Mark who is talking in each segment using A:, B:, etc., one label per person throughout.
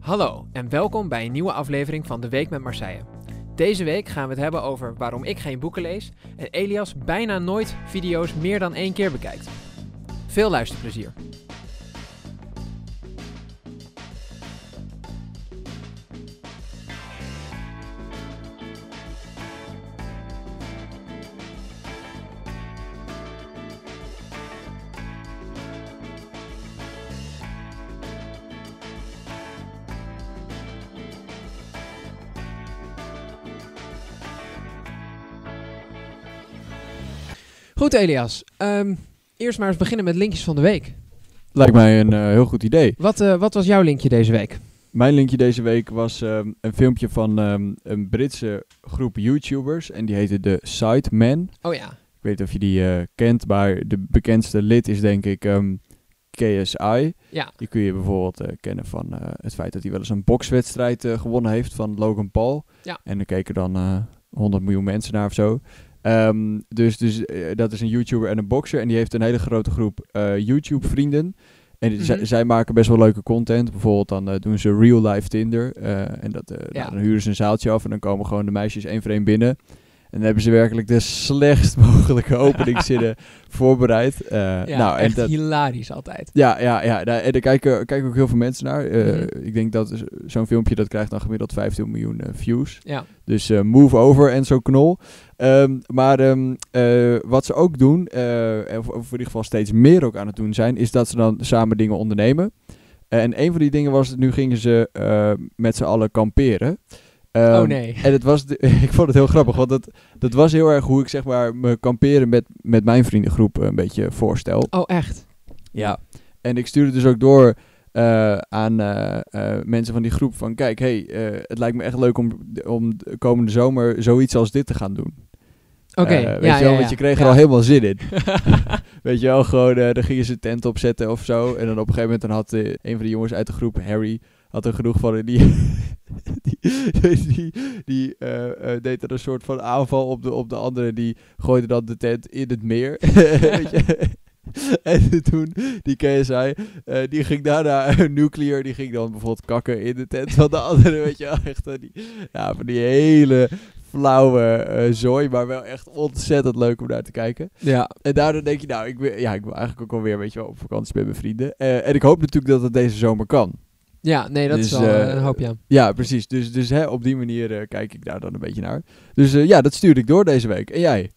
A: Hallo en welkom bij een nieuwe aflevering van De Week met Marseille. Deze week gaan we het hebben over waarom ik geen boeken lees en Elias bijna nooit video's meer dan één keer bekijkt. Veel luisterplezier. Goed Elias, ehm, eerst maar eens beginnen met linkjes van de week.
B: Lijkt mij een eh, heel goed idee.
A: Wat, eh, wat was jouw linkje deze week?
B: Mijn linkje deze week was ehm, een filmpje van ehm, een Britse groep YouTubers. En die heette de Sidemen.
A: Oh ja,
B: Ik weet niet of je die eh, kent, maar de bekendste lid is denk ik ehm, KSI.
A: ja,
B: Die kun je bijvoorbeeld eh, kennen van eh, het feit dat hij wel eens een bokswedstrijd eh, gewonnen heeft van Logan Paul.
A: Ja.
B: En er keken dan eh 100 miljoen mensen naar of zo. Ehm, dus dus eh, dat is een YouTuber en een bokser. En die heeft een hele grote groep eh, YouTube-vrienden. En die- zij-
A: Mhm.
B: zij maken best wel leuke content. Bijvoorbeeld dan eh, doen ze real life Tinder. eh, en dat, eh,
A: Ja.
B: nou, dan huren ze een zaaltje af en dan komen gewoon de meisjes één voor één binnen. En dan hebben ze werkelijk de slechtst mogelijke openingszinnen voorbereid. Eh,
A: ja
B: nou, en
A: echt
B: dat,
A: hilarisch altijd.
B: ja, ja, ja. Daar, en daar kijken, kijken ook heel veel mensen naar. Eh,
A: Mhm.
B: Ik denk dat is- zo'n filmpje dat krijgt dan gemiddeld 15 miljoen eh, views.
A: Ja,
B: Dus eh, move over en zo knol. Ehm, maar ehm, eh, wat ze ook doen, eh, of, of in ieder geval steeds meer ook aan het doen zijn, is dat ze dan samen dingen ondernemen. en een van die dingen was, nu gingen ze eh, met z'n allen kamperen. Ehm,
A: oh nee.
B: en het was, de- ik vond het heel grappig, want dat, dat was heel erg hoe ik zeg maar me kamperen met, met mijn vriendengroep eh, een beetje voorstel.
A: Oh echt?
B: Ja. En ik stuurde dus ook door eh, aan eh, eh, mensen van die groep van... Kijk, hey, eh, het lijkt me echt leuk om, om de komende zomer zoiets als dit te gaan doen.
A: Oké,
B: Eh,
A: ja,
B: weet je wel,
A: ja,
B: want
A: ja.
B: je kreeg
A: Ja.
B: er al helemaal zin in. weet je wel, gewoon, eh dan gingen ze een tent opzetten of zo. En dan op een gegeven moment dan had eh, een van de jongens uit de groep, Harry, had er genoeg van. En die, die, die, die, eh, eh, deed er een soort van aanval op de, op de andere. Die gooide dan de tent in het meer. Weet je? En toen, die KSI, eh, die ging daarna een nuclear, die ging dan bijvoorbeeld kakken in de tent van de andere, weet je wel, echt van die, ja, van die hele flauwe eh, zooi, maar wel echt ontzettend leuk om naar te kijken.
A: Ja,
B: En daardoor denk je, nou, ik wil, ja, ik wil eigenlijk ook alweer, weet je wel, op vakantie met mijn vrienden. Eh, en ik hoop natuurlijk dat het deze zomer kan.
A: ja, nee, dat is
B: Dus,
A: wel eh,
B: eh,
A: een hoop, ja.
B: Ja, precies. Dus, dus hè, op die manier eh, kijk ik daar dan een beetje naar. Dus eh, ja, dat stuurde ik door deze week. En jij?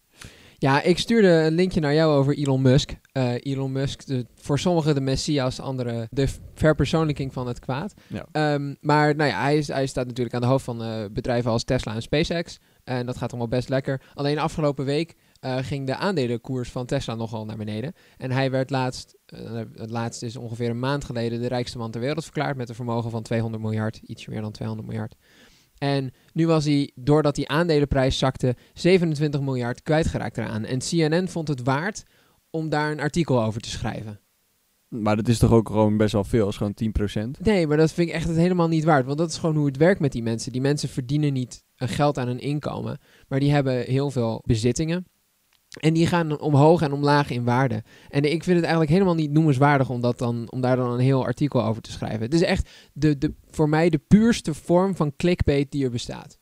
A: Ja, ik stuurde een linkje naar jou over Elon Musk. Eh, Elon Musk, de, voor sommigen de messias, anderen de v- verpersoonlijking van het kwaad.
B: Ja.
A: Ehm, maar nou ja, hij, is, hij staat natuurlijk aan de hoofd van eh, bedrijven als Tesla en SpaceX. En dat gaat allemaal best lekker. Alleen afgelopen week eh, ging de aandelenkoers van Tesla nogal naar beneden. En hij werd laatst, eh, het laatst is ongeveer een maand geleden, de rijkste man ter wereld verklaard. Met een vermogen van 200 miljard, ietsje meer dan 200 miljard. En nu was hij, doordat die aandelenprijs zakte, 27 miljard kwijtgeraakt eraan. En CNN vond het waard om daar een artikel over te schrijven.
B: Maar dat is toch ook gewoon best wel veel, is gewoon 10%.
A: Nee, maar dat vind ik echt het helemaal niet waard. Want dat is gewoon hoe het werkt met die mensen. Die mensen verdienen niet een geld aan hun inkomen. Maar die hebben heel veel bezittingen. En die gaan omhoog en omlaag in waarde. En ik vind het eigenlijk helemaal niet noemenswaardig om, dat dan, om daar dan een heel artikel over te schrijven. Het is echt de, de, voor mij de puurste vorm van clickbait die er bestaat.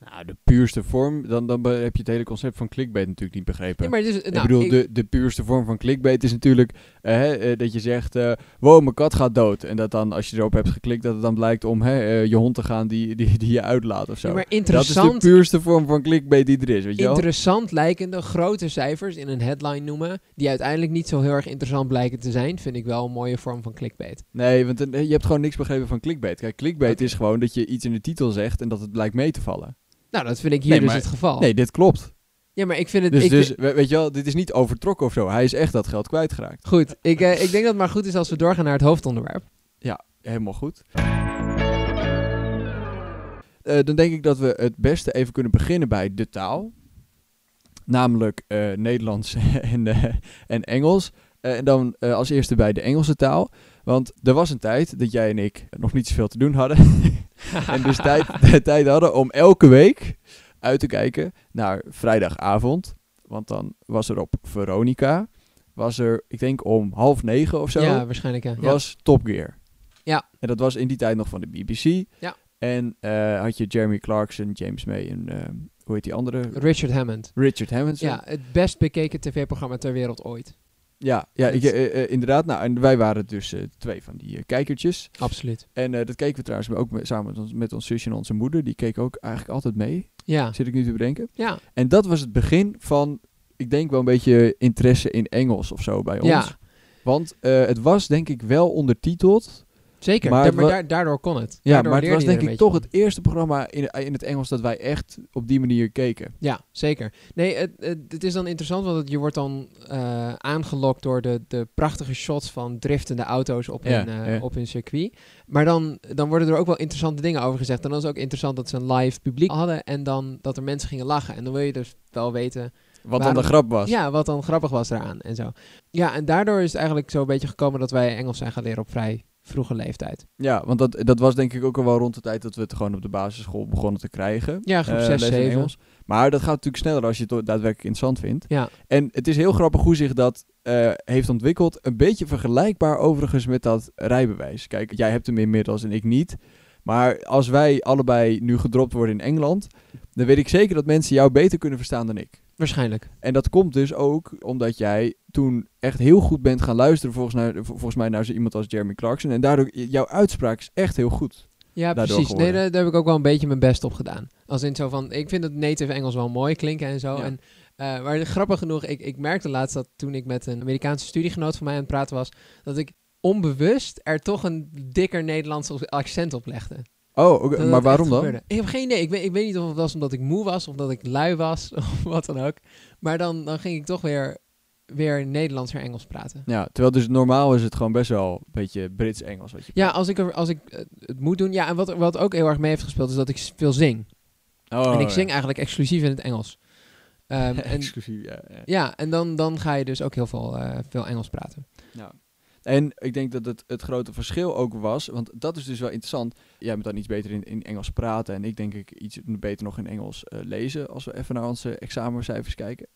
B: Nou, de puurste vorm, dan, dan be- heb je het hele concept van clickbait natuurlijk niet begrepen.
A: Ja, maar dus, nou,
B: ik bedoel, de, de puurste vorm van clickbait is natuurlijk eh, hè, eh, dat je zegt, eh wow, mijn kat gaat dood. En dat dan, als je erop hebt geklikt, dat het dan blijkt om hè, eh, je hond te gaan die, die, die je uitlaat of zo.
A: Ja, maar
B: dat is de
A: interessant,
B: puurste vorm van clickbait die er is, weet je wel?
A: interessant lijkende grote cijfers in een headline noemen, die uiteindelijk niet zo heel erg interessant blijken te zijn, vind ik wel een mooie vorm van clickbait.
B: Nee, want eh, je hebt gewoon niks begrepen van clickbait. Kijk, clickbait
A: Oké.
B: is gewoon dat je iets in de titel zegt en dat het blijkt mee te vallen.
A: Nou, dat vind ik hier
B: Nee,
A: dus
B: maar-
A: het geval.
B: Nee, dit klopt.
A: Ja, maar ik vind het...
B: Dus,
A: ik
B: dus
A: vind-
B: we- weet je wel, dit is niet overtrokken of zo. Hij is echt dat geld kwijtgeraakt.
A: goed, ik, eh, ik denk dat het maar goed is als we doorgaan naar het hoofdonderwerp.
B: Helemaal goed. Eh, dan denk ik dat we het beste even kunnen beginnen bij de taal. Namelijk eh, Nederlands en, eh, en Engels. Eh, en dan eh, als eerste bij de Engelse taal. Want er was een tijd dat jij en ik nog niet zoveel te doen hadden. en dus tijd, tijd hadden om elke week uit te kijken naar vrijdagavond. Want dan was er op Veronica, was er, ik denk om half negen of zo,
A: Ja, waarschijnlijk ja. Ja.
B: was Top Gear.
A: Ja.
B: En dat was in die tijd nog van de BBC.
A: Ja.
B: En eh, had je Jeremy Clarkson, James May en eh, hoe heet die andere?
A: Richard Hammond.
B: Richard Hammondson.
A: Ja, het best bekeken tv-programma ter wereld ooit.
B: Ja, ja ik,
A: Dat-
B: eh, eh, inderdaad. Nou, en wij waren dus eh, twee van die eh, kijkertjes.
A: Absoluut.
B: En eh, dat keken we trouwens ook met, samen met ons, met ons zusje en onze moeder. Die keek ook eigenlijk altijd mee,
A: Ja,
B: zit ik nu te bedenken.
A: ja,
B: En dat was het begin van, ik denk wel een beetje interesse in Engels of zo bij ons.
A: ja
B: Want eh, het was denk ik wel ondertiteld.
A: zeker.
B: Maar
A: Da- maar
B: wa-
A: daar- daardoor kon het.
B: Ja,
A: Daardoor
B: maar het
A: leerde
B: was
A: je er
B: denk
A: een
B: ik toch
A: beetje
B: het eerste programma in, in het Engels dat wij echt op die manier keken.
A: Ja, zeker. Nee, het, het, het is dan interessant, want het- je wordt dan eh, aangelokt door de, de prachtige shots van driftende auto's op,
B: Ja,
A: hun, eh,
B: ja.
A: op hun circuit. Maar dan, dan worden er ook wel interessante dingen over gezegd. En dan is het ook interessant dat ze een live publiek hadden en dan dat er mensen gingen lachen. En dan wil je dus wel weten,
B: Wat
A: Waarom-
B: dan de grap was.
A: ja, wat dan grappig was eraan en zo. Ja, en daardoor is het eigenlijk zo'n beetje gekomen dat wij Engels zijn gaan leren op vrij vroege leeftijd.
B: Ja, want dat, dat was denk ik ook al wel rond de tijd dat we het gewoon op de basisschool begonnen te krijgen.
A: Ja, groep
B: Eh,
A: 6,
B: les in
A: 7.
B: Engels. Maar dat gaat natuurlijk sneller als je het daadwerkelijk interessant vindt.
A: Ja.
B: En het is heel grappig hoe zich dat eh, heeft ontwikkeld. Een beetje vergelijkbaar overigens met dat rijbewijs. Kijk, jij hebt hem inmiddels en ik niet. Maar als wij allebei nu gedropt worden in Engeland, dan weet ik zeker dat mensen jou beter kunnen verstaan dan ik.
A: Waarschijnlijk.
B: En dat komt dus ook omdat jij toen echt heel goed bent gaan luisteren volgens, naar, vol- volgens mij naar zo iemand als Jeremy Clarkson. En daardoor, jouw uitspraak is echt heel goed.
A: Ja, precies.
B: daardoor
A: Nee,
B: geworden.
A: daar, daar heb ik ook wel een beetje mijn best op gedaan. Als in zo van, ik vind het native Engels wel mooi klinken en zo.
B: Ja.
A: En, eh, maar grappig genoeg, ik, ik merkte laatst dat toen ik met een Amerikaanse studiegenoot van mij aan het praten was, dat ik onbewust er toch een dikker Nederlands accent op legde.
B: Oh, oké,
A: Dat dat
B: maar
A: echt
B: waarom dan?
A: gebeurde. Ik heb geen idee. Ik weet, ik weet niet of het was omdat ik moe was, of dat ik lui was, of wat dan ook. Maar dan, dan ging ik toch weer, weer Nederlands en Engels praten.
B: Ja, terwijl dus normaal is het gewoon best wel een beetje Brits-Engels wat je
A: Ja, als ik, er- als ik eh, het moet doen. Ja, en wat, wat ook heel erg mee heeft gespeeld, is dat ik s- veel zing.
B: Oh,
A: en ik
B: ja.
A: zing eigenlijk exclusief in het Engels. Ehm, en,
B: Exclusief, ja, ja.
A: ja, en dan, dan ga je dus ook heel veel, eh, veel Engels praten.
B: Ja. En ik denk dat het, het grote verschil ook was, want dat is dus wel interessant. Jij bent dan iets beter in, in Engels praten en ik denk ik iets beter nog in Engels eh, lezen als we even naar onze examencijfers kijken.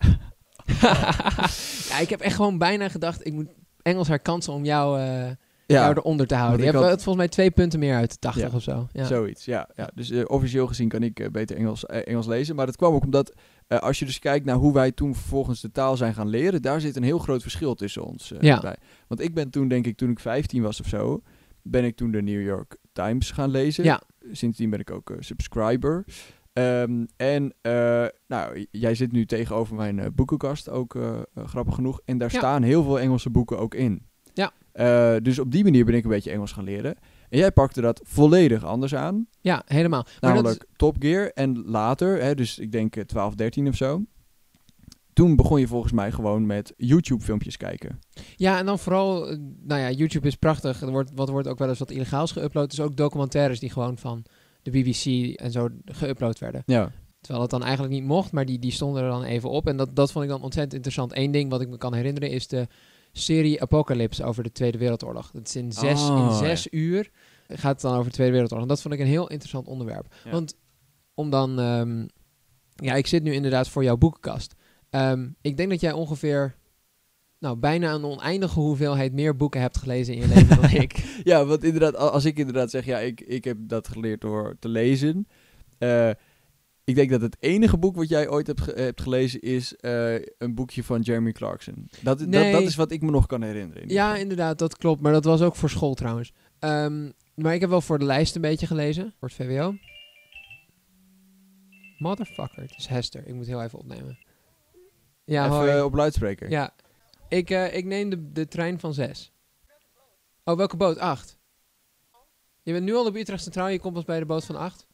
A: ja, ik heb echt gewoon bijna gedacht, ik moet Engels herkansen om jou, eh jou eronder te houden. Je
B: ik
A: hebt
B: had-
A: wel- volgens mij twee punten meer uit de 80
B: Ja,
A: of zo. Ja.
B: Zoiets, ja. ja. Dus eh, officieel gezien kan ik eh, beter Engels, eh, Engels lezen. Maar dat kwam ook omdat, eh, als je dus kijkt naar hoe wij toen vervolgens de taal zijn gaan leren, daar zit een heel groot verschil tussen ons. eh,
A: Ja.
B: bij. Want ik ben toen, denk ik, toen ik 15 was of zo, ben ik toen de New York Times gaan lezen.
A: Ja.
B: Sindsdien ben ik ook eh, subscriber. Ehm, en eh, nou, j- jij zit nu tegenover mijn eh, boekenkast, ook eh, eh, grappig genoeg. En daar
A: Ja.
B: staan heel veel Engelse boeken ook in.
A: Ja.
B: Eh, dus op die manier ben ik een beetje Engels gaan leren. En jij pakte dat volledig anders aan.
A: Ja, helemaal. Maar dat is-
B: Namelijk Top Gear en later, hè, dus ik denk eh, 12, 13 of zo. Toen begon je volgens mij gewoon met YouTube-filmpjes kijken.
A: ja, en dan vooral, eh, nou ja, YouTube is prachtig. Er wordt, wat wordt ook wel eens wat illegaals geüpload. Dus ook documentaires die gewoon van de BBC en zo geüpload werden.
B: Ja.
A: Terwijl dat dan eigenlijk niet mocht, maar die, die stonden er dan even op. En dat, dat vond ik dan ontzettend interessant. Eén ding wat ik me kan herinneren is de serie Apocalypse over de Tweede Wereldoorlog. Dat is in zes, in
B: Oh,
A: zes uur gaat het dan over de Tweede Wereldoorlog. En dat vond ik een heel interessant onderwerp.
B: Ja.
A: Want om dan... ehm, ja, ik zit nu inderdaad voor jouw boekenkast. Ehm, ik denk dat jij ongeveer... Nou, bijna een oneindige hoeveelheid meer boeken hebt gelezen in je leven dan ik.
B: ja, want inderdaad, a- als ik inderdaad zeg, ja, ik, ik heb dat geleerd door te lezen. eh, ik denk dat het enige boek wat jij ooit hebt, ge- hebt gelezen is eh, een boekje van Jeremy Clarkson. Dat,
A: Nee.
B: dat, dat is wat ik me nog kan herinneren. in ieder
A: Ja,
B: geval.
A: inderdaad, dat klopt. Maar dat was ook voor school trouwens. Ehm, maar ik heb wel voor de lijst een beetje gelezen. Voor het VWO. Motherfucker, het is Hester. Ik moet heel even opnemen. Ja,
B: Even
A: hoi.
B: eh, op luidspreker.
A: Ja. Ik, eh, ik neem de, de trein van 6. Oh, welke boot? 8. Je bent nu al op Utrecht Centraal. Je komt pas bij de boot van 8.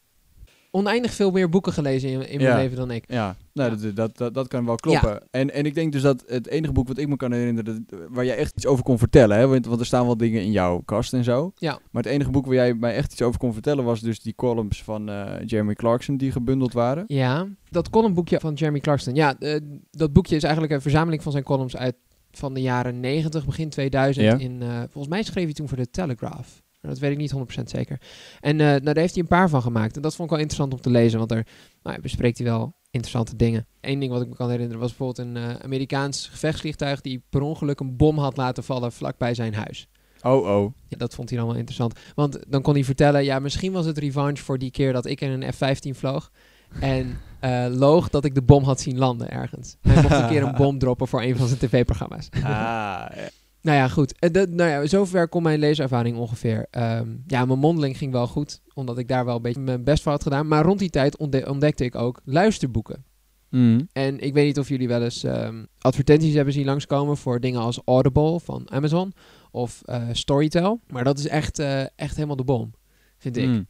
A: Oneindig veel meer boeken gelezen in, in mijn
B: Ja.
A: leven dan ik.
B: Ja, nou,
A: Ja.
B: Dat, dat, dat, dat kan wel kloppen. En, en ik denk dus dat het enige boek wat ik me kan herinneren, dat- waar jij echt iets over kon vertellen, hè, want, want er staan wel dingen in jouw kast en zo.
A: Ja.
B: Maar het enige boek waar jij mij echt iets over kon vertellen was dus die columns van eh, Jeremy Clarkson die gebundeld waren.
A: Ja, dat columnboekje van Jeremy Clarkson. Ja, eh, dat boekje is eigenlijk een verzameling van zijn columns uit van de jaren 90, begin 2000.
B: Ja.
A: In, eh, volgens mij schreef hij toen voor de Telegraph. Maar dat weet ik niet 100% zeker. En eh, nou, daar heeft hij een paar van gemaakt. En dat vond ik wel interessant om te lezen, want daar nou, ja, bespreekt hij wel interessante dingen. Eén ding wat ik me kan herinneren was bijvoorbeeld een eh, Amerikaans gevechtsvliegtuig die per ongeluk een bom had laten vallen vlakbij zijn huis.
B: Oh, oh.
A: Ja, dat vond hij dan wel interessant. Want dan kon hij vertellen, ja, misschien was het revenge voor die keer dat ik in een F-15 vloog. En eh, loog dat ik de bom had zien landen ergens. Hij mocht een keer een bom droppen voor een van zijn tv-programma's.
B: Ah,
A: Nou ja, goed. Eh, dat, nou ja, zover kon mijn leeservaring ongeveer. Ehm, ja, mijn mondeling ging wel goed, omdat ik daar wel een beetje mijn best voor had gedaan. Maar rond die tijd ontde- ontdekte ik ook luisterboeken.
B: mm.
A: En ik weet niet of jullie wel eens ehm, advertenties hebben zien langskomen voor dingen als Audible van Amazon of eh, Storytel. Maar dat is echt, eh, echt helemaal de bom, vind ik.
B: Mm.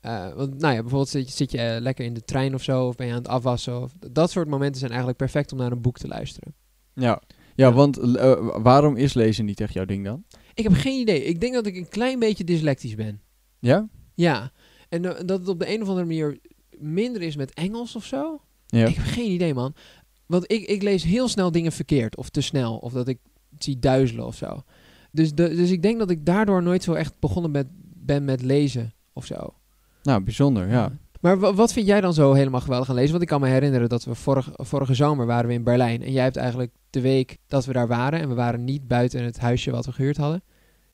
A: Eh, want nou ja, bijvoorbeeld zit je, zit je eh, lekker in de trein of zo, of ben je aan het afwassen. Of, dat soort momenten zijn eigenlijk perfect om naar een boek te luisteren.
B: Ja. Ja,
A: Ja.
B: want eh, waarom is lezen niet echt jouw ding dan?
A: Ik heb geen idee. Ik denk dat ik een klein beetje dyslectisch ben.
B: Ja?
A: Ja. En eh, dat het op de een of andere manier minder is met Engels of zo.
B: Ja.
A: Ik heb geen idee, man. Want ik, ik lees heel snel dingen verkeerd of te snel. Of dat ik het zie duizelen of zo. Dus, de, dus ik denk dat ik daardoor nooit zo echt begonnen met, ben met lezen of zo.
B: Nou, bijzonder, ja.
A: Maar wa- wat vind jij dan zo helemaal geweldig aan lezen? Want ik kan me herinneren dat we vorig, vorige zomer waren we in Berlijn. En jij hebt eigenlijk de week dat we daar waren. En we waren niet buiten het huisje wat we gehuurd hadden.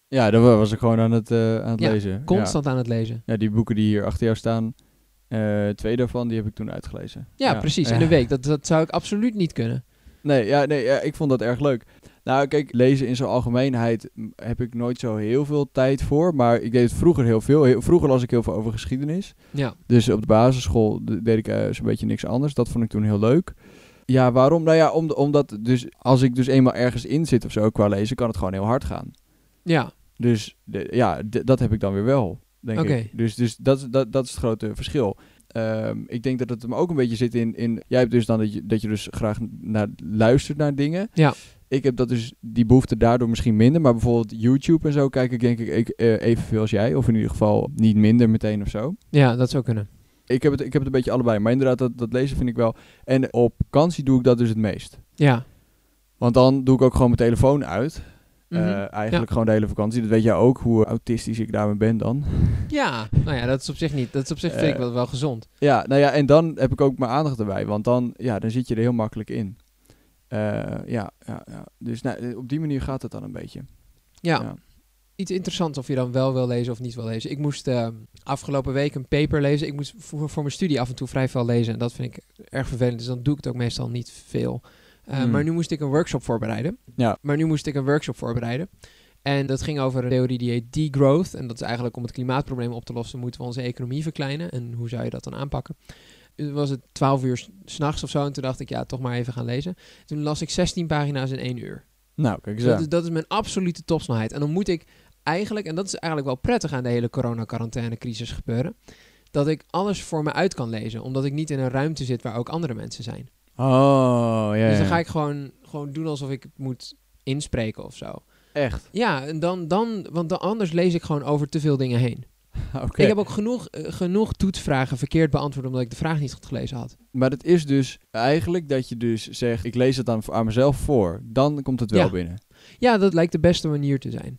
B: Ja, dan was ik gewoon aan het, eh, aan het
A: Ja,
B: lezen.
A: Constant aan het lezen.
B: Ja. ja, die boeken die hier achter jou staan, eh, twee daarvan, die heb ik toen uitgelezen.
A: Ja, precies. In
B: Ja.
A: een week. Dat, dat zou ik absoluut niet kunnen.
B: Nee, ja, nee ja, ik vond dat erg leuk. Nou, kijk, lezen in zijn algemeenheid m, heb ik nooit zo heel veel tijd voor. Maar ik deed het vroeger heel veel. Heel- vroeger las ik heel veel over geschiedenis.
A: Ja.
B: Dus op de basisschool d- deed ik eh, zo'n beetje niks anders. Dat vond ik toen heel leuk. Ja, waarom? Nou ja, om, omdat dus als ik dus eenmaal ergens in zit of zo qua lezen, kan het gewoon heel hard gaan.
A: Ja.
B: Dus de- ja, d- dat heb ik dan weer wel, denk
A: Oké.
B: ik. Dus, dus dat, is- dat, dat is het grote verschil. Ehm, ik denk dat het hem ook een beetje zit in... in jij hebt dus dan dat je, dat je dus graag naar, luistert naar dingen.
A: Ja.
B: Ik heb dat dus, die behoefte daardoor misschien minder. Maar bijvoorbeeld YouTube en zo kijk ik denk ik, ik eh, evenveel als jij. Of in ieder geval niet minder meteen of zo.
A: Ja, dat zou kunnen.
B: Ik heb het, ik heb het een beetje allebei. Maar inderdaad, dat, dat lezen vind ik wel. En op vakantie doe ik dat dus het meest.
A: Ja.
B: Want dan doe ik ook gewoon mijn telefoon uit. Eh,
A: Mhm.
B: eigenlijk gewoon de hele vakantie. Dat weet jij ook, hoe autistisch ik daarmee ben dan.
A: ja. Nou ja, dat is op zich niet. Dat is op zich vind ik
B: Eh.
A: wel, wel gezond.
B: Ja, nou ja, en dan heb ik ook mijn aandacht erbij. Want dan, ja, dan zit je er heel makkelijk in. Eh, ja, ja, ja, dus nou, op die manier gaat het dan een beetje.
A: Ja.
B: Ja.
A: Iets interessants of je dan wel wil lezen of niet wil lezen. Ik moest eh, afgelopen week een paper lezen. Ik moest voor, voor mijn studie af en toe vrij veel lezen. En dat vind ik erg vervelend. Dus dan doe ik het ook meestal niet veel. Eh,
B: Hmm.
A: Maar nu moest ik een workshop voorbereiden.
B: Ja.
A: Maar nu moest ik een workshop voorbereiden. En dat ging over een theorie die heet degrowth. En dat is eigenlijk om het klimaatprobleem op te lossen, moeten we onze economie verkleinen. En hoe zou je dat dan aanpakken? Toen was het 12 uur s- s'nachts of zo. En toen dacht ik, ja, toch maar even gaan lezen. Toen las ik 16 pagina's in één uur.
B: Nou, kijk
A: Dus
B: eens
A: dat,
B: aan.
A: is, dat is mijn absolute topsnelheid. En dan moet ik eigenlijk, en dat is eigenlijk wel prettig aan de hele corona-quarantaine-crisis gebeuren, dat ik alles voor me uit kan lezen, omdat ik niet in een ruimte zit waar ook andere mensen zijn.
B: Oh, ja.
A: Dus dan
B: ja.
A: ga ik gewoon, gewoon doen alsof ik het moet inspreken of zo.
B: Echt?
A: Ja, en dan, dan, want dan anders lees ik gewoon over te veel dingen heen.
B: Oké.
A: Ik heb ook genoeg, eh, genoeg toetsvragen verkeerd beantwoord omdat ik de vraag niet goed gelezen had.
B: Maar het is dus eigenlijk dat je dus zegt, ik lees het dan voor- aan mezelf voor. Dan komt het wel
A: Ja.
B: binnen.
A: Ja, dat lijkt de beste manier te zijn.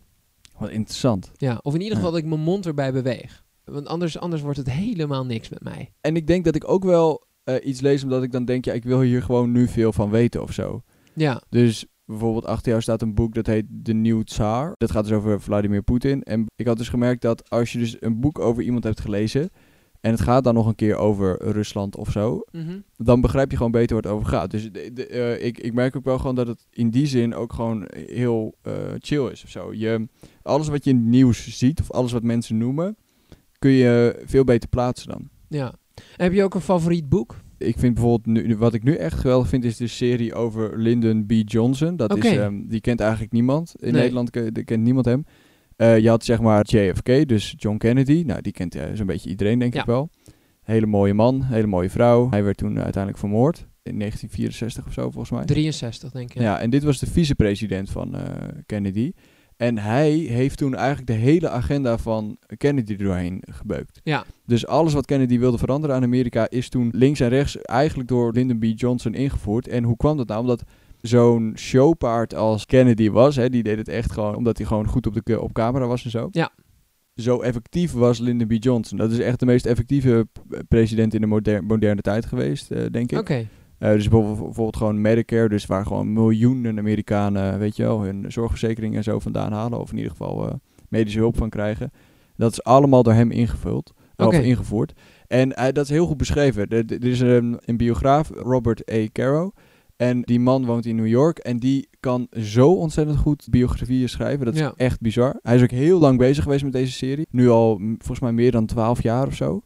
B: Wat interessant.
A: Ja, of in ieder
B: Ja.
A: geval dat ik mijn mond erbij beweeg. Want anders, anders wordt het helemaal niks met mij.
B: En ik denk dat ik ook wel eh, iets lees omdat ik dan denk, ja, ik wil hier gewoon nu veel van weten of zo.
A: Ja,
B: Dus bijvoorbeeld achter jou staat een boek dat heet De Nieuw Tsar. Dat gaat dus over Vladimir Poetin. En ik had dus gemerkt dat als je dus een boek over iemand hebt gelezen... en het gaat dan nog een keer over Rusland of zo...
A: Mhm.
B: dan begrijp je gewoon beter waar het over gaat. Dus de- de- eh, ik, ik merk ook wel gewoon dat het in die zin ook gewoon heel eh, chill is of zo. Je, alles wat je in het nieuws ziet of alles wat mensen noemen... kun je veel beter plaatsen dan.
A: ja. En heb je ook een favoriet boek?
B: Ik vind bijvoorbeeld, nu, wat ik nu echt geweldig vind, is de serie over Lyndon B. Johnson. Dat
A: Oké.
B: is, ehm, die kent eigenlijk niemand. In
A: Nee.
B: Nederland ke- de- kent niemand hem. Eh, je had zeg maar JFK, dus John Kennedy. Nou, die kent eh, zo'n beetje iedereen, denk
A: Ja.
B: ik wel. Hele mooie man, hele mooie vrouw. Hij werd toen eh, uiteindelijk vermoord. In 1964 of zo, volgens mij.
A: 63, denk ik.
B: Ja. en dit was de vicepresident van eh, Kennedy. En hij heeft toen eigenlijk de hele agenda van Kennedy er doorheen gebeukt.
A: Ja.
B: Dus alles wat Kennedy wilde veranderen aan Amerika is toen links en rechts eigenlijk door Lyndon B. Johnson ingevoerd. En hoe kwam dat nou? Omdat zo'n showpaard als Kennedy was, hè, die deed het echt gewoon omdat hij gewoon goed op, de, ke- op camera was en zo.
A: Ja.
B: Zo effectief was Lyndon B. Johnson. Dat is echt de meest effectieve president in de moder- moderne tijd geweest, eh, denk ik.
A: Oké.
B: Eh, dus bijvoorbeeld, bijvoorbeeld gewoon Medicare, dus waar gewoon miljoenen Amerikanen, weet je wel, hun zorgverzekering en zo vandaan halen. Of in ieder geval eh, medische hulp van krijgen. Dat is allemaal door hem ingevuld.
A: Oké.
B: Of ingevoerd. En eh, dat is heel goed beschreven. Er, er is een, een biograaf, Robert A. Caro. En die man woont in New York. En die kan zo ontzettend goed biografieën schrijven. Dat is
A: Ja.
B: echt bizar. Hij is ook heel lang bezig geweest met deze serie. Nu al mm, volgens mij meer dan 12 jaar of zo.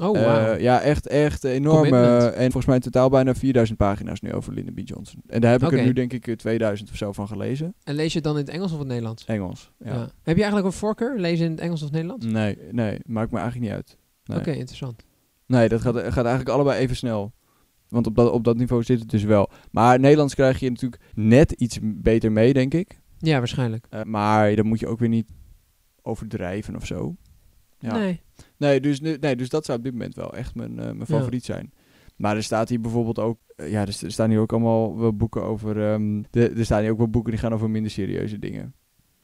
A: Oh, wauw.
B: Eh, ja, echt, echt enorm.
A: Commitment.
B: eh, en volgens mij in totaal bijna 4000 pagina's nu over Lyndon B. Johnson. En daar heb ik
A: Oké.
B: er nu denk ik eh, 2000 of zo van gelezen.
A: en lees je het dan in het Engels of het Nederlands?
B: Engels. Ja.
A: Ja. Heb je eigenlijk een voorkeur? Lezen in het Engels of het Nederlands?
B: Nee, nee, maakt me eigenlijk niet uit. Nee,
A: Oké, interessant.
B: nee dat gaat, gaat eigenlijk allebei even snel. Want op dat, op dat niveau zit het dus wel. Maar Nederlands krijg je natuurlijk net iets beter mee, denk ik.
A: Ja, waarschijnlijk.
B: Eh, maar dat moet je ook weer niet overdrijven of zo. Ja.
A: Nee.
B: Nee dus, nu- nee, dus dat zou op dit moment wel echt mijn, eh, mijn
A: Ja.
B: favoriet zijn. Maar er staat hier bijvoorbeeld ook... eh, ja, er, st- er staan hier ook allemaal wel boeken over... ehm, de, er staan hier ook wel boeken die gaan over minder serieuze dingen.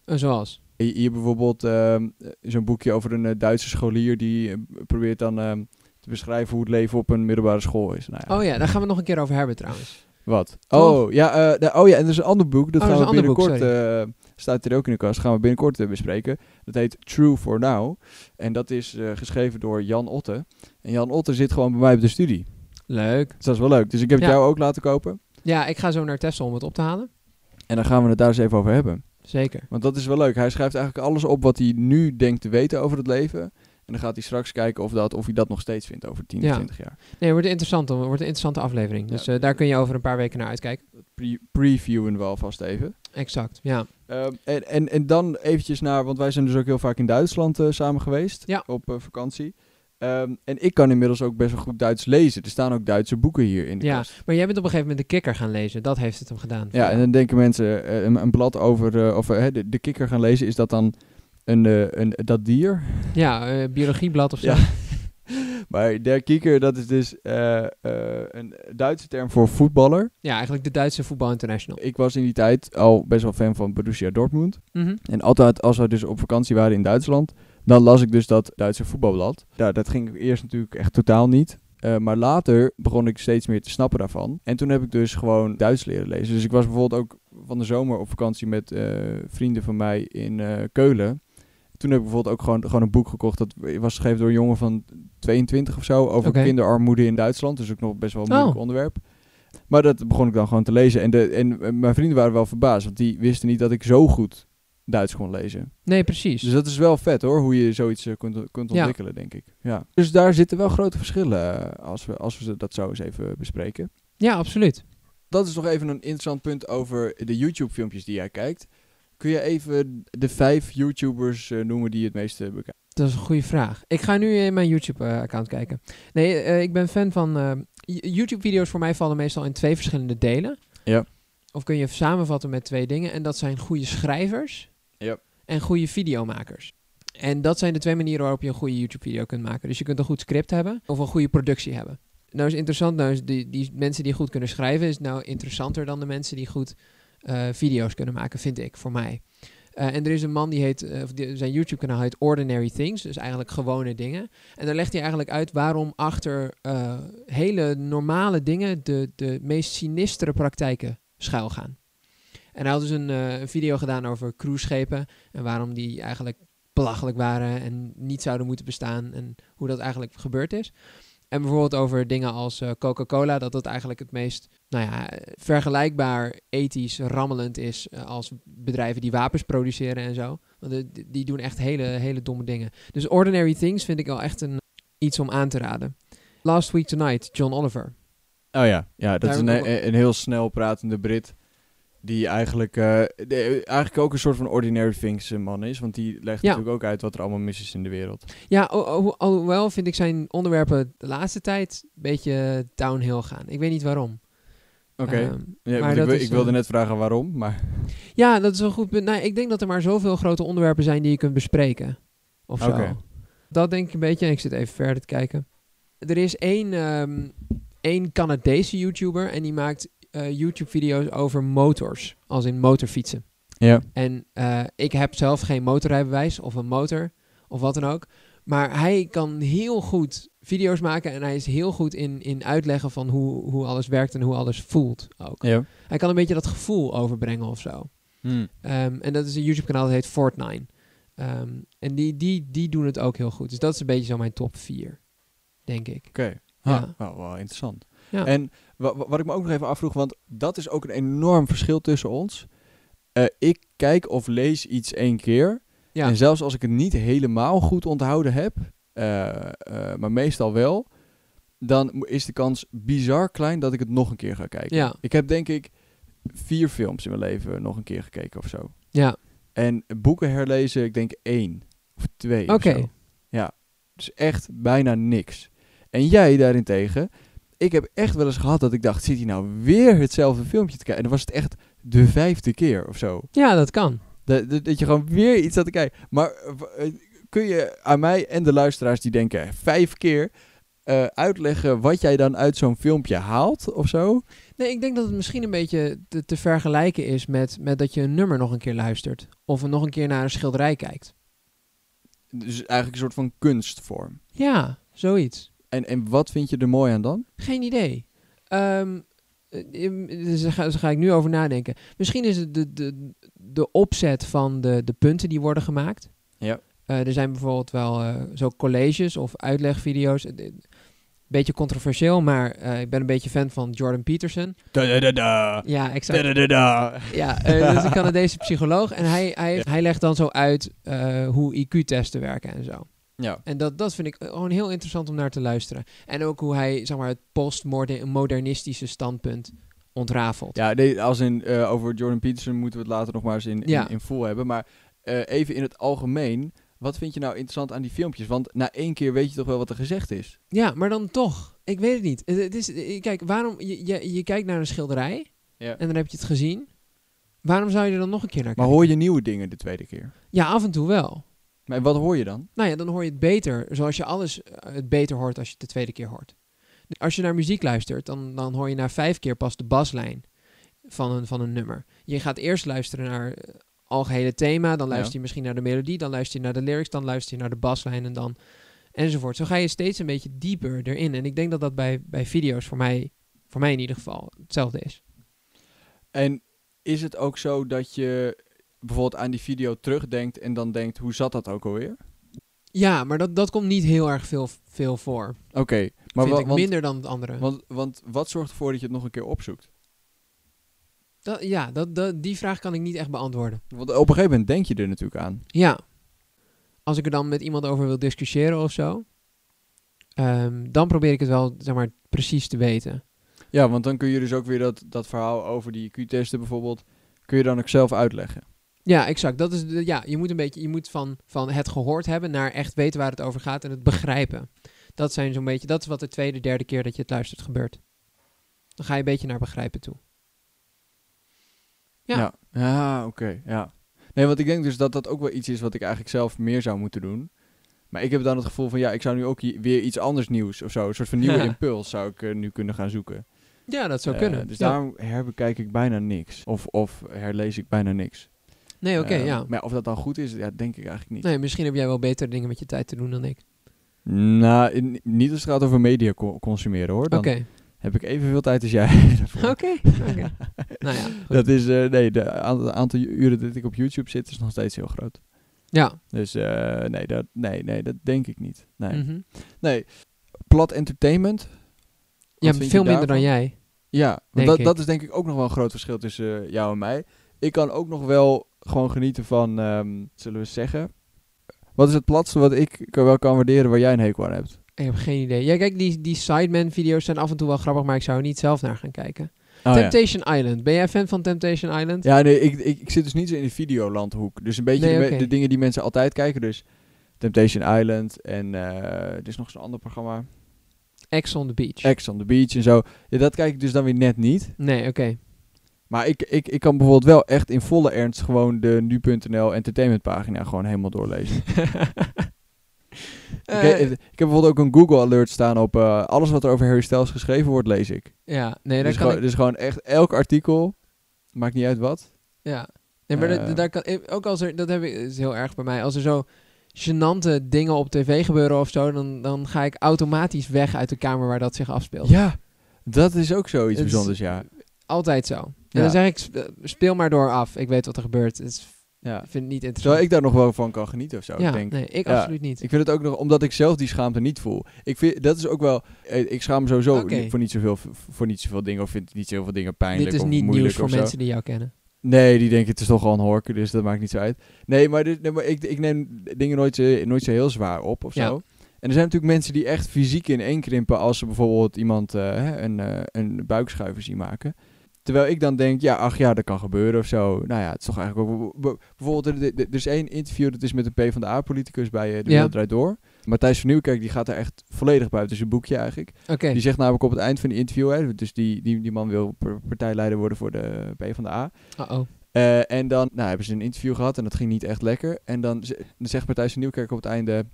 A: Eh, zoals?
B: Hi- Hier bijvoorbeeld ehm, eh, zo'n boekje over een eh, Duitse scholier... die eh, probeert dan ehm, te beschrijven hoe het leven op een middelbare school is. Nou, ja.
A: Oh ja, daar gaan we nog een keer over hebben trouwens.
B: Wat?
A: Toch?
B: Oh ja, eh, de- oh ja, en er is een ander boek. Dat
A: Oh, er
B: gaan
A: is
B: we
A: een ander boek,
B: binnenkort. eh, staat hier ook in de kast. Gaan we binnenkort eh, bespreken. Dat heet True for Now. En dat is eh, geschreven door Jan Otte. En Jan Otte zit gewoon bij mij op de studie.
A: Leuk.
B: Dus dat is wel leuk. Dus ik heb het
A: Ja.
B: jou ook laten kopen.
A: Ja, ik ga zo naar Tesla om het op te halen.
B: En dan gaan we het daar eens even over hebben.
A: Zeker.
B: Want dat is wel leuk. Hij schrijft eigenlijk alles op wat hij nu denkt te weten over het leven. En dan gaat hij straks kijken of, dat, of hij dat nog steeds vindt over 10
A: Ja.
B: of 20 jaar.
A: Nee, het wordt interessant. Het wordt een interessante aflevering. Dus eh, daar kun je over een paar weken naar uitkijken.
B: Pre previewen we alvast even.
A: Exact, ja.
B: Ehm, en, en, en dan eventjes naar, want wij zijn dus ook heel vaak in Duitsland eh, samen geweest
A: Ja.
B: op eh, vakantie. Ehm, en ik kan inmiddels ook best wel goed Duits lezen. Er staan ook Duitse boeken hier in de
A: Ja,
B: kast.
A: maar jij bent op een gegeven moment de kikker gaan lezen. Dat heeft het hem gedaan.
B: Ja, en dan denken mensen, eh, een, een blad over, eh, of eh, de, de kikker gaan lezen, is dat dan een, eh, een, dat dier?
A: Ja, eh, biologieblad of zo.
B: Ja. Maar der kikker, dat is dus eh, eh, een Duitse term voor voetballer.
A: Ja, eigenlijk de Duitse voetbal international.
B: Ik was in die tijd al best wel fan van Borussia Dortmund.
A: Mhm.
B: En altijd als we dus op vakantie waren in Duitsland, dan las ik dus dat Duitse voetbalblad. Nou, dat ging eerst natuurlijk echt totaal niet. Eh, maar later begon ik steeds meer te snappen daarvan. En toen heb ik dus gewoon Duits leren lezen. Dus ik was bijvoorbeeld ook van de zomer op vakantie met eh, vrienden van mij in eh, Keulen. Toen heb ik bijvoorbeeld ook gewoon, gewoon een boek gekocht. Dat was geschreven door een jongen van 22 of zo. Over
A: Oké.
B: kinderarmoede in Duitsland. Dus ook nog best wel een moeilijk
A: Oh.
B: onderwerp. Maar dat begon ik dan gewoon te lezen. En, de, en eh, mijn vrienden waren wel verbaasd. Want die wisten niet dat ik zo goed Duits kon lezen.
A: Nee, precies.
B: Dus dat is wel vet hoor, hoe je zoiets eh, kunt, kunt
A: Ja.
B: ontwikkelen, denk ik. Ja. Dus daar zitten wel grote verschillen eh, als, we, als we dat zo eens even bespreken.
A: Ja, absoluut.
B: Dat is nog even een interessant punt over de YouTube-filmpjes die jij kijkt. Kun je even de vijf YouTubers eh, noemen die het meeste bekijken?
A: Dat is een goede vraag. Ik ga nu in mijn YouTube-account kijken. Nee, eh, ik ben fan van... eh, y- YouTube-video's voor mij vallen meestal in twee verschillende delen.
B: Ja.
A: Of kun je samenvatten met twee dingen. En dat zijn goede schrijvers
B: Ja.
A: en goede videomakers. En dat zijn de twee manieren waarop je een goede YouTube-video kunt maken. Dus je kunt een goed script hebben of een goede productie hebben. Nou is interessant, nou is die, die mensen die goed kunnen schrijven... is nou interessanter dan de mensen die goed eh, video's kunnen maken, vind ik, voor mij. Eh, en er is een man die heet, eh, of die- zijn YouTube-kanaal heet Ordinary Things, dus eigenlijk gewone dingen. En daar legt hij eigenlijk uit waarom achter eh, hele normale dingen de, de meest sinistere praktijken schuilgaan. En hij had dus een eh, een video gedaan over cruiseschepen en waarom die eigenlijk belachelijk waren en niet zouden moeten bestaan en hoe dat eigenlijk gebeurd is. En bijvoorbeeld over dingen als eh, Coca-Cola, dat dat eigenlijk het meest nou ja, eh, vergelijkbaar ethisch rammelend is eh, als bedrijven die wapens produceren en zo. Want eh, die- die doen echt hele, hele domme dingen. Dus Ordinary Things vind ik wel echt een, iets om aan te raden. Last Week Tonight, John Oliver.
B: Oh ja, ja dat
A: Daar
B: is
A: heb ik
B: een, een, een heel snel pratende Brit. Die eigenlijk, eh, de- eigenlijk ook een soort van ordinary things eh, man is. Want die legt
A: Ja.
B: natuurlijk ook uit wat er allemaal mis is in de wereld.
A: Ja, al- al- alhoewel vind ik zijn onderwerpen de laatste tijd een beetje downhill gaan. Ik weet niet waarom.
B: Oké,
A: Ehm,
B: ja,
A: maar
B: want ik,
A: dat
B: wil-
A: is,
B: ik wilde
A: eh,
B: net vragen waarom, maar...
A: ja, dat is een goed punt. Nou, ik denk dat er maar zoveel grote onderwerpen zijn die je kunt bespreken. Of zo.
B: Oké.
A: Dat denk ik een beetje. En ik zit even verder te kijken. Er is één, ehm, één Canadese YouTuber en die maakt eh, YouTube-video's over motors. Als in motorfietsen.
B: Ja.
A: En eh, ik heb zelf geen motorrijbewijs of een motor of wat dan ook. Maar hij kan heel goed video's maken en hij is heel goed in, in uitleggen van hoe, hoe alles werkt en hoe alles voelt ook.
B: Ja. Hmm.
A: Hij kan een beetje dat gevoel overbrengen of zo. Ehm, en dat is een YouTube-kanaal dat heet Fortnite. Ehm, en die, die, die doen het ook heel goed. Dus dat is een beetje zo mijn top 4, denk ik.
B: Oké.
A: Ja.
B: Ha, Wel, wel interessant.
A: Ja.
B: En wa- wa- wat ik me ook nog even afvroeg, want dat is ook een enorm verschil tussen ons. Eh, ik kijk of lees iets één keer.
A: Ja.
B: En zelfs als ik het niet helemaal goed onthouden heb, eh, eh, maar meestal wel, dan mo- is de kans bizar klein dat ik het nog een keer ga kijken.
A: Ja.
B: Ik heb denk ik vier films in mijn leven nog een keer gekeken of zo.
A: Ja,
B: En boeken herlezen, ik denk één of twee. of
A: Oké.
B: zo. Ja, dus echt bijna niks. En jij daarentegen, ik heb echt wel eens gehad dat ik dacht, zit hij nou weer hetzelfde filmpje te kijken? En dan was het echt de vijfde keer of zo.
A: ja dat kan.
B: Dat, dat, dat je gewoon weer iets aan te kijken. Maar eh, w- eh, kun je aan mij en de luisteraars die denken, vijf keer, eh, uitleggen wat jij dan uit zo'n filmpje haalt of zo?
A: Nee, ik denk dat het misschien een beetje te, te vergelijken is met, met dat je een nummer nog een keer luistert. Of nog een keer naar een schilderij kijkt.
B: Dus eigenlijk een soort van kunstvorm.
A: Ja, zoiets.
B: En, en wat vind je er mooi aan dan?
A: Geen idee. Ehm eh, im- dus daar, ga, daar ga ik nu over nadenken. Misschien is het de, de, de opzet van de, de punten die worden gemaakt.
B: Ja.
A: Eh, er zijn bijvoorbeeld wel eh, zo colleges of uitlegvideo's. Eh, eh, Beetje controversieel, maar eh, ik ben een beetje fan van Jordan Peterson.
B: Da, da, da, da.
A: Ja, exact.
B: Da, da, da, da.
A: Ja, eh dat is een Canadese psycholoog. En hij, hij, heeft- hij legt dan zo uit eh, hoe IQ-testen werken en zo.
B: Ja.
A: En dat, dat vind ik eh, gewoon heel interessant om naar te luisteren. En ook hoe hij zeg maar, het postmodernistische standpunt ontrafelt.
B: Ja, nee, als in, eh, over Jordan Peterson moeten we het later nog maar eens in, in,
A: Ja.
B: in full hebben. Maar eh, even in het algemeen, wat vind je nou interessant aan die filmpjes? Want na één keer weet je toch wel wat er gezegd is?
A: Ja, maar dan toch. Ik weet het niet. Het, het is, eh, kijk, waarom, je, je, je kijkt naar een schilderij
B: Ja.
A: en dan heb je het gezien. Waarom zou je er dan nog een keer naar
B: Maar
A: kijken?
B: hoor je nieuwe dingen de tweede keer?
A: Ja, af en toe wel.
B: Maar wat hoor je dan?
A: Nou ja, dan hoor je het beter. Zoals je alles eh, het beter hoort als je het de tweede keer hoort. Als je naar muziek luistert, dan, dan hoor je na vijf keer pas de baslijn van een, van een nummer. Je gaat eerst luisteren naar eh, algehele thema, dan luister
B: Ja.
A: je misschien naar de melodie, dan luister je naar de lyrics, dan luister je naar de baslijn en dan enzovoort. Zo ga je steeds een beetje dieper erin. En ik denk dat dat bij, bij video's voor mij, voor mij in ieder geval hetzelfde is.
B: En is het ook zo dat je bijvoorbeeld aan die video terugdenkt en dan denkt, hoe zat dat ook alweer?
A: Ja, maar dat, dat komt niet heel erg veel, veel voor.
B: Oké, maar
A: vind
B: wa-
A: ik
B: want,
A: minder dan het andere.
B: want, want wat zorgt ervoor dat je het nog een keer opzoekt?
A: Dat- ja, dat, dat, die vraag kan ik niet echt beantwoorden.
B: Want op een gegeven moment denk je er natuurlijk aan.
A: Ja. Als ik er dan met iemand over wil discussiëren of zo, ehm, dan probeer ik het wel zeg maar, precies te weten.
B: Ja, want dan kun je dus ook weer dat, dat verhaal over die IQ-testen bijvoorbeeld, kun je dan ook zelf uitleggen.
A: Ja, exact. Dat is de, ja, je moet een beetje je moet van, van het gehoord hebben naar echt weten waar het over gaat en het begrijpen. Dat, zijn zo'n beetje, dat is wat de tweede, derde keer dat je het luistert gebeurt. Dan ga je een beetje naar begrijpen toe. Ja.
B: Ja, Ja, Ah, oké. ja. Nee, want ik denk dus dat dat ook wel iets is wat ik eigenlijk zelf meer zou moeten doen. Maar ik heb dan het gevoel van, ja, ik zou nu ook i- weer iets anders nieuws of zo. Een soort van nieuwe
A: Ja.
B: impuls zou ik eh, nu kunnen gaan zoeken.
A: Ja, dat zou
B: Eh,
A: kunnen.
B: Dus
A: Ja.
B: daarom herbekijk ik bijna niks. Of, of herlees ik bijna niks.
A: nee, oké,
B: Eh,
A: ja.
B: Maar of dat dan goed is, ja, denk ik eigenlijk niet.
A: Nee, misschien heb jij wel betere dingen met je tijd te doen dan ik.
B: Nou, in- niet als het gaat over media co- consumeren hoor. Dan
A: Oké.
B: heb ik evenveel tijd als jij. daarvoor.
A: Oké. oké. Nou ja, goed.
B: Dat is, eh, nee, de a- aantal uren dat ik op YouTube zit is nog steeds heel groot.
A: Ja.
B: Dus eh, nee, dat, nee, nee, dat denk ik niet. Nee.
A: mhm.
B: nee. Plat entertainment.
A: Ja,
B: vind je
A: veel minder dan
B: daarvan?
A: jij.
B: Ja, want
A: Denk
B: dat,
A: ik.
B: dat is denk ik ook nog wel een groot verschil tussen eh, jou en mij. Ik kan ook nog wel gewoon genieten van, ehm, zullen we zeggen. Wat is het platste wat ik k- wel kan waarderen waar jij een hekel aan hebt?
A: Ik heb geen idee. Ja, kijk, die, die Sideman-video's zijn af en toe wel grappig, maar ik zou er niet zelf naar gaan kijken.
B: Oh, ja.
A: Temptation Island. Ben jij fan van Temptation Island?
B: Ja, nee, ik, ik, ik zit dus niet zo in de videolandhoek. Dus een beetje
A: Nee,
B: de, me-
A: oké.
B: de dingen die mensen altijd kijken. Dus Temptation Island en eh, er is nog zo'n ander programma.
A: Ex on the Beach.
B: Ex on the Beach en zo. Ja, dat kijk ik dus dan weer net niet.
A: nee, oké.
B: Maar ik, ik, ik kan bijvoorbeeld wel echt in volle ernst gewoon de nu.nl entertainment pagina gewoon helemaal doorlezen. ik,
A: Eh,
B: he- ik heb bijvoorbeeld ook een Google alert staan op eh, alles wat er over Harry Styles geschreven wordt, lees ik.
A: ja, nee, daar
B: dus,
A: kan
B: gewoon,
A: ik...
B: dus gewoon echt elk artikel, maakt niet uit wat.
A: Ja. Nee, maar dat-
B: Eh.
A: dat- daar kan... ik- Ook als er... Dat heb ik, is heel erg bij mij. Als er zo gênante dingen op tv gebeuren of zo, dan, dan ga ik automatisch weg uit de kamer waar dat zich afspeelt.
B: Ja, dat is ook zoiets
A: Het is-
B: bijzonders, ja.
A: Altijd zo. En
B: Ja.
A: dan zeg ik, sp- eh, speel maar door af. Ik weet wat er gebeurt. Het is-
B: ja.
A: ik vind het niet interessant.
B: Terwijl ik daar nog wel van kan genieten of zo,
A: ja,
B: ik denk.
A: nee, ik
B: Ja.
A: absoluut niet.
B: Ik vind het ook nog, omdat ik zelf die schaamte niet voel. Ik vind, dat is ook wel, eh, ik schaam me sowieso
A: Oké.
B: niet- voor, niet zoveel, voor niet zoveel dingen of vind niet zoveel dingen pijnlijk
A: Dit is
B: of
A: niet
B: moeilijk
A: nieuws voor
B: of zo.
A: mensen die jou kennen.
B: Nee, die denken het is toch al een hork, dus dat maakt niet zo uit. Nee, maar, dit, nee, maar ik, ik neem dingen nooit, zo- nooit zo heel zwaar op of
A: Ja.
B: zo. En er zijn natuurlijk mensen die echt fysiek ineenkrimpen als ze bijvoorbeeld iemand eh, hè, een, eh, een buikschuiver zien maken. Terwijl ik dan denk, ja, ach ja, dat kan gebeuren of zo. Nou ja, het is toch eigenlijk ook... b- Bijvoorbeeld, er, er- er is één interview, dat is met een PvdA-politicus bij eh, De
A: Ja.
B: Wereld Draait Door. Matthijs van Nieuwkerk, die gaat er echt volledig buiten zijn boekje eigenlijk.
A: Oké,
B: Die zegt namelijk op het eind van die interview, hè, dus die, die, die man wil par- partijleider worden voor de PvdA.
A: uh-oh.
B: Eh, en dan nou, hebben ze een interview gehad en dat ging niet echt lekker. En dan, z- dan zegt Matthijs van Nieuwkerk op het einde...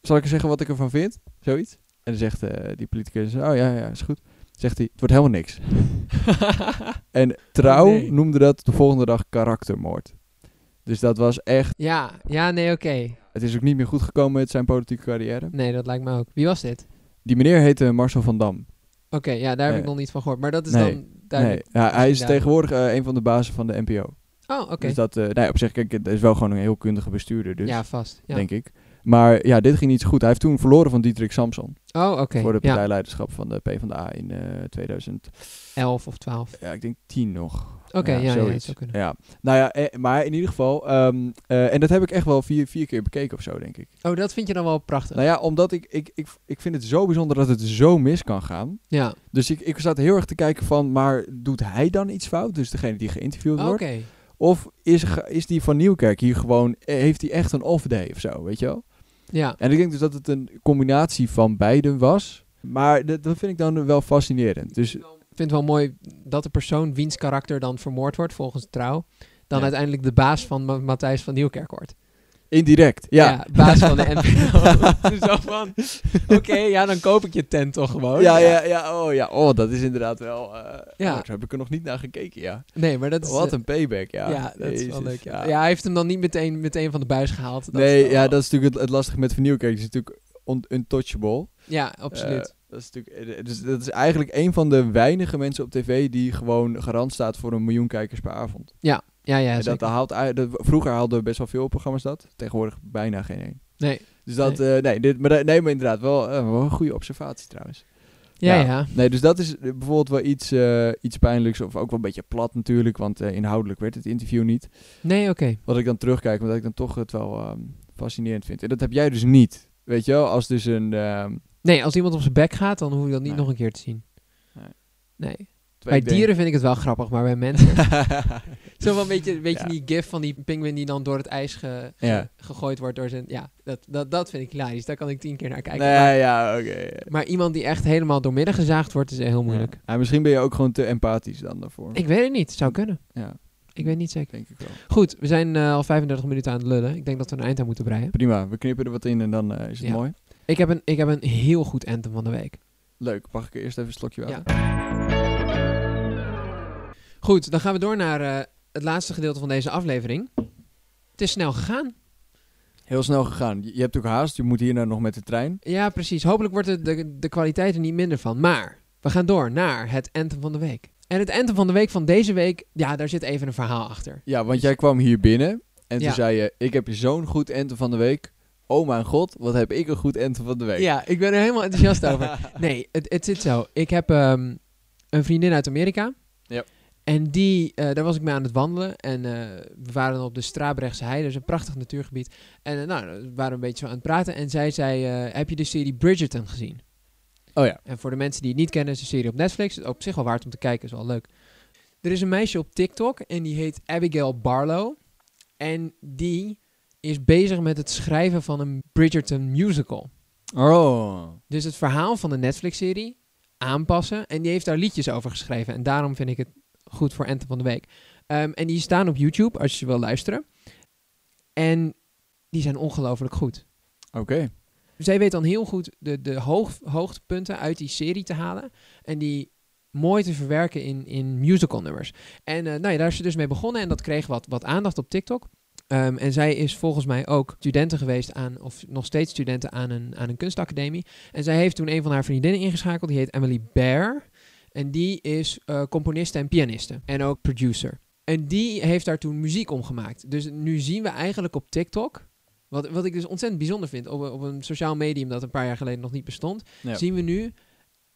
B: Zal ik eens zeggen wat ik ervan vind? Zoiets. En dan zegt eh, die politicus... Oh ja, ja, is goed. Zegt hij, het wordt helemaal niks. En Trouw
A: Oh, nee.
B: noemde dat de volgende dag karaktermoord. Dus dat was echt...
A: ja, ja, nee, oké.
B: Het is ook niet meer goed gekomen met zijn politieke carrière.
A: Nee, dat lijkt me ook. Wie was dit?
B: Die meneer heette Marcel van Dam.
A: Oké, ja, daar heb
B: Nee.
A: ik nog niet van gehoord. Maar dat is
B: Nee,
A: dan
B: Nee,
A: duidelijk.
B: ja, hij is
A: duidelijk.
B: tegenwoordig eh, een van de bazen van de NPO.
A: Oh, oké.
B: Dus dat... eh nee, op zich, kijk, het is wel gewoon een heel kundige bestuurder. Dus.
A: ja, vast. Ja.
B: denk ik. Maar ja, dit ging niet zo goed. Hij heeft toen verloren van Dietrich Samson.
A: Oh, oké.
B: Voor de
A: Ja,
B: partijleiderschap van de PvdA in eh 2000.
A: 11 of 12.
B: Ja, ik denk 10 nog.
A: Oké, ja, ja, dat zou kunnen.
B: Ja. Nou ja, eh, maar in ieder geval. ehm, eh, en dat heb ik echt wel vier, vier keer bekeken of zo, denk ik.
A: Oh, dat vind je dan wel prachtig.
B: Nou ja, omdat ik, ik, ik, ik vind het zo bijzonder dat het zo mis kan gaan.
A: ja,
B: Dus ik, ik zat heel erg te kijken van, maar doet hij dan iets fout? Dus degene die geïnterviewd
A: Oh, oké.
B: wordt. Of is, ge- is die van Nieuwkerk hier gewoon, eh, heeft hij echt een off day of zo, weet je wel?
A: Ja,
B: En ik denk dus dat het een combinatie van beiden was. Maar dat, dat vind ik dan wel fascinerend. Dus
A: ik vind het wel mooi dat de persoon wiens karakter dan vermoord wordt volgens trouw, dan
B: Ja.
A: uiteindelijk de baas van Ma- Matthijs van Nieuwkerk wordt.
B: indirect, ja.
A: baas van de NPO. dus zo van, oké, ja, dan koop ik je tent toch
B: Ja,
A: gewoon.
B: ja, ja, oh ja, oh dat is inderdaad wel... eh,
A: Ja.
B: oh, daar heb ik er nog niet naar gekeken, ja.
A: Nee, maar dat is...
B: Wat
A: eh,
B: een payback, ja.
A: ja, dat is wel
B: Jezus,
A: leuk. Ja. Ja, hij heeft hem dan niet meteen, meteen van de buis gehaald. Dat is
B: nee,
A: wel-
B: ja, dat is natuurlijk het, het lastige met Van Nieuwkerk. Die is natuurlijk on- untouchable.
A: Ja, absoluut.
B: Eh, dat is natuurlijk... eh, Dus dat is eigenlijk een van de weinige mensen op tv die gewoon garant staat voor een miljoen kijkers per avond.
A: ja, ja,
B: en dat
A: zeker.
B: haalt, ei- dat- vroeger haalden best wel veel programma's dat. Tegenwoordig bijna geen één.
A: Nee.
B: Dus dat, eh, nee, dit, maar, da- nee, maar inderdaad, wel, eh, wel een goede observatie trouwens.
A: Ja, ja.
B: Nee, dus dat is eh, bijvoorbeeld wel iets, eh, iets pijnlijks, of ook wel een beetje plat natuurlijk, want eh, inhoudelijk werd het interview niet.
A: Nee, oké.
B: Wat ik dan terugkijk, omdat ik dan toch het wel ehm, fascinerend vind. En dat heb jij dus niet, weet je wel, als dus een... ehm,
A: Nee, als iemand op zijn bek gaat, dan hoef je dat niet
B: Nee.
A: nog een keer te zien.
B: Nee.
A: Nee.
B: terwijl
A: Bij
B: ik denk-
A: dieren vind ik het wel grappig, maar bij mensen... Zo wel een beetje, weet je
B: Ja.
A: die gif van die pinguïn die dan door het ijs ge- ge-
B: Ja.
A: gegooid wordt door zijn... Ja, dat, dat, dat vind ik hilarisch. Daar kan ik tien keer naar kijken. Maar,
B: nee, ja, oké. ja.
A: maar iemand die echt helemaal doormidden gezaagd wordt, is heel moeilijk.
B: Ja, Nou, misschien ben je ook gewoon te empathisch dan daarvoor.
A: Ik weet het niet. Zou kunnen.
B: Ja,
A: Ik weet niet zeker.
B: denk ik wel.
A: Goed, we zijn eh, al 35 minuten aan het lullen. Ik denk dat we een eind aan moeten breien.
B: Prima, we knippen er wat in en dan eh, is het
A: Ja.
B: mooi.
A: Ik heb, een, ik heb een heel goed anthem van de week.
B: Leuk, mag ik eerst even een slokje water?
A: Goed, dan gaan we door naar eh, het laatste gedeelte van deze aflevering. Het is snel gegaan.
B: Heel snel gegaan. Je, je hebt ook haast, je moet hierna nog met de trein.
A: Ja, precies. Hopelijk wordt het de, de kwaliteit er niet minder van. Maar we gaan door naar het anthem van de week. En het anthem van de week van deze week, ja, daar zit even een verhaal achter.
B: Ja, want jij kwam hier binnen en
A: Ja.
B: toen zei je, ik heb zo'n goed enten van de week. Oh mijn god, wat heb ik een goed enten van de week.
A: Ja, ik ben er helemaal enthousiast over. Nee, het, het zit zo. Ik heb ehm, een vriendin uit Amerika.
B: Ja.
A: En die, eh, daar was ik mee aan het wandelen. En eh, we waren dan op de Strabrechtse Heide, dus een prachtig natuurgebied. En eh, nou, we waren een beetje zo aan het praten. En zij zei, eh, heb je de serie Bridgerton gezien?
B: Oh ja.
A: En voor de mensen die het niet kennen, is een serie op Netflix. Ook op zich wel waard om te kijken, is wel leuk. Er is een meisje op TikTok en die heet Abigail Barlow. En die is bezig met het schrijven van een Bridgerton musical.
B: Oh.
A: Dus het verhaal van de Netflix-serie aanpassen. En die heeft daar liedjes over geschreven. En daarom vind ik het goed voor Anthem van de Week. Ehm, en die staan op YouTube, als je ze wil luisteren. En die zijn ongelooflijk goed.
B: Oké.
A: Zij weet dan heel goed de, de hoog, hoogtepunten uit die serie te halen. En die mooi te verwerken in, in musical nummers. En eh, nou ja, daar is ze dus mee begonnen. En dat kreeg wat, wat aandacht op TikTok. Ehm, en zij is volgens mij ook studenten geweest aan, of nog steeds studenten aan een, aan een kunstacademie. En zij heeft toen een van haar vriendinnen ingeschakeld, die heet Emily Bear. En die is eh componiste en pianiste. En ook producer. En die heeft daar toen muziek om gemaakt. Dus nu zien we eigenlijk op TikTok, wat, wat ik dus ontzettend bijzonder vind, op, een- op een sociaal medium dat een paar jaar geleden nog niet bestond,
B: Ja.
A: zien we nu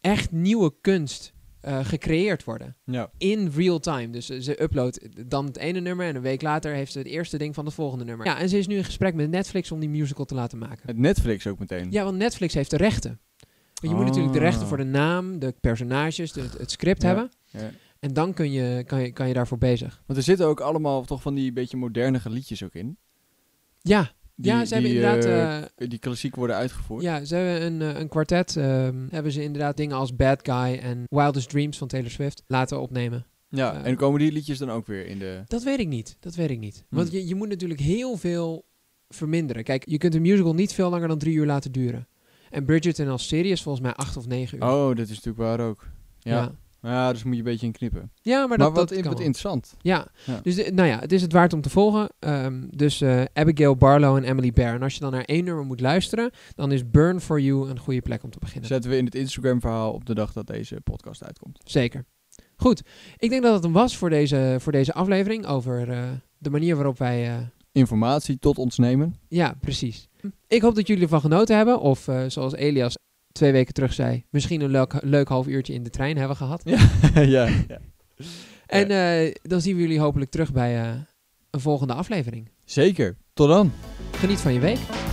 A: echt nieuwe kunst eh, gecreëerd worden
B: Ja.
A: in real time. Dus eh, ze uploadt dan het ene nummer en een week later heeft ze het eerste ding van het volgende nummer. Ja, en ze is nu in gesprek met Netflix om die musical te laten maken.
B: Het Netflix ook meteen.
A: Ja, want Netflix heeft de rechten. Want je moet
B: Ah.
A: natuurlijk de rechten voor de naam, de personages, de- het, het script
B: Ja.
A: hebben.
B: Ja.
A: En dan kun je, kan, je, kan je daarvoor bezig.
B: Want er zitten ook allemaal toch van die beetje modernere liedjes ook in.
A: Ja,
B: Die,
A: ja ze hebben
B: die,
A: inderdaad...
B: eh,
A: eh,
B: die klassiek worden uitgevoerd.
A: ja, ze hebben een, eh, een kwartet. ehm, hebben ze inderdaad dingen als Bad Guy en Wildest Dreams van Taylor Swift laten opnemen.
B: Ja,
A: Ja.
B: en komen die liedjes dan ook weer in de...
A: Dat weet ik niet. Dat weet ik niet. Want
B: Hmm.
A: je, je moet natuurlijk heel veel verminderen. Kijk, je kunt een musical niet veel langer dan drie uur laten duren. En Bridgerton als serie is volgens mij acht of negen uur.
B: Oh, dat is natuurlijk waar ook. Ja, ja.
A: ja.
B: dus moet je een beetje in knippen.
A: Ja, maar,
B: maar
A: dat,
B: wat,
A: dat
B: in,
A: kan
B: wat
A: wel.
B: interessant.
A: Ja.
B: Ja.
A: dus de- nou ja, het is het waard om te volgen. Ehm, dus eh, Abigail Barlow en Emily Bear. En als je dan naar één nummer moet luisteren, dan is Burn For You een goede plek om te beginnen.
B: Zetten we in het Instagram verhaal op de dag dat deze podcast uitkomt.
A: Zeker. Goed, ik denk dat het hem was voor deze, voor deze aflevering over eh, de manier waarop wij eh,
B: Informatie tot ons nemen.
A: Ja, precies. Ik hoop dat jullie ervan genoten hebben. Of eh, zoals Elias twee weken terug zei, misschien een leuk, leuk half uurtje in de trein hebben gehad.
B: Ja, ja. ja.
A: En eh, dan zien we jullie hopelijk terug bij eh, een volgende aflevering.
B: Zeker. Tot dan.
A: Geniet van je week.